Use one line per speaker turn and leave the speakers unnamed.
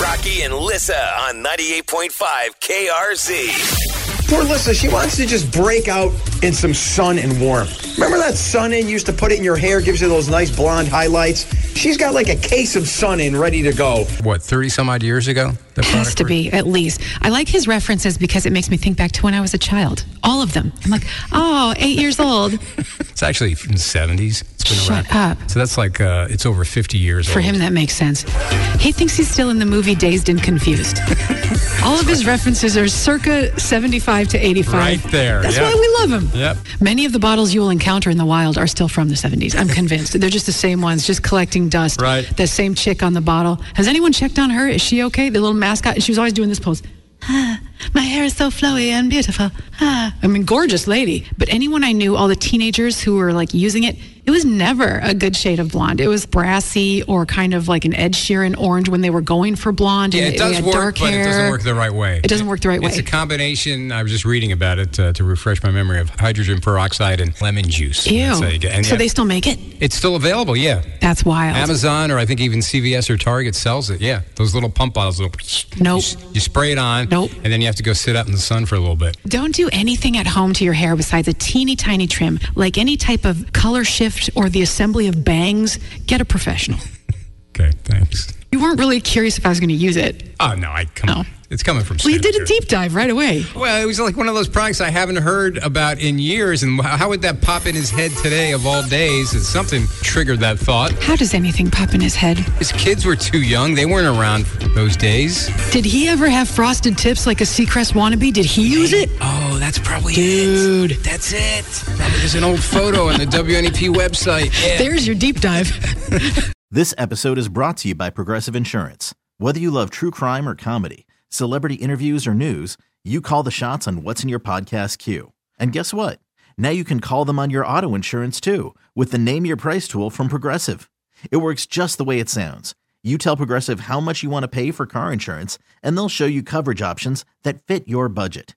Rocky and Lissa on 98.5 KRZ.
Poor Lissa, she wants to just break out in some sun and warmth. Remember that sun in? You used to put it in your hair, gives you those nice blonde highlights. She's got like a case of sun in ready to go.
what, 30 some odd years ago? The
Has
product
to
was-
be, at least. I like his references because it makes me think back to when I was a child. All of them. I'm like, oh, eight years old.
It's actually from the 70s. It's been
Shut
around.
up.
So that's like, uh, it's over 50 years
For
old.
him, that makes sense. He thinks he's still in the movie Dazed and Confused. All of his references are circa 75 to 85.
Right there,
That's
yeah.
why we love him.
Yep.
Many of the bottles you will encounter in the wild are still from the 70s. I'm convinced. They're just the same ones, just collecting dust.
Right.
The same chick on the bottle. Has anyone checked on her? Is she okay? The little mascot. She was always doing this pose. Ah, my hair is so flowy and beautiful. Ah. I mean, gorgeous lady. But anyone I knew, all the teenagers who were like using it, it was never a good shade of blonde. It was brassy or kind of like an Ed Sheeran orange when they were going for blonde.
Yeah,
and
it
they
does
had
work,
dark
but it doesn't
hair.
work the right way.
It doesn't work the right
It's
way.
a combination. I was just reading about it uh, to refresh my memory of hydrogen peroxide and lemon juice.
Ew.
That's how you get- and
so
yeah,
they still make it?
it's still available, yeah.
That's wild.
Amazon or I think even CVS or Target sells it. Yeah, those little pump bottles. Little,
Nope.
You, you spray it on.
Nope.
And then you have to go sit out in the sun for a little bit.
Don't do anything at home to your hair besides a teeny tiny trim, like any type of color shift or the assembly of bangs. Get a professional.
Okay, thanks.
You weren't really curious if I was going to use it.
Oh no, I come.
Oh.
on. It's coming from.
Well, you did a
sanitary.
deep dive right away.
Well, it was like one of those products I haven't heard about in years, and wh- how would that pop in his head today of all days? It's something triggered that thought.
How does anything pop in his head?
His kids were too young; they weren't around those days.
Did he ever have frosted tips like a Seacrest wannabe? Did he use it?
Oh, that's probably
Dude.
That's it. Probably there's an old photo on the WNEP website. Yeah.
There's your deep dive.
This episode is brought to you by Progressive Insurance. Whether you love true crime or comedy, celebrity interviews or news, you call the shots on what's in your podcast queue. And guess what? Now you can call them on your auto insurance too with the Name Your Price tool from Progressive. It works just the way it sounds. You tell Progressive how much you want to pay for car insurance, and they'll show you coverage options that fit your budget.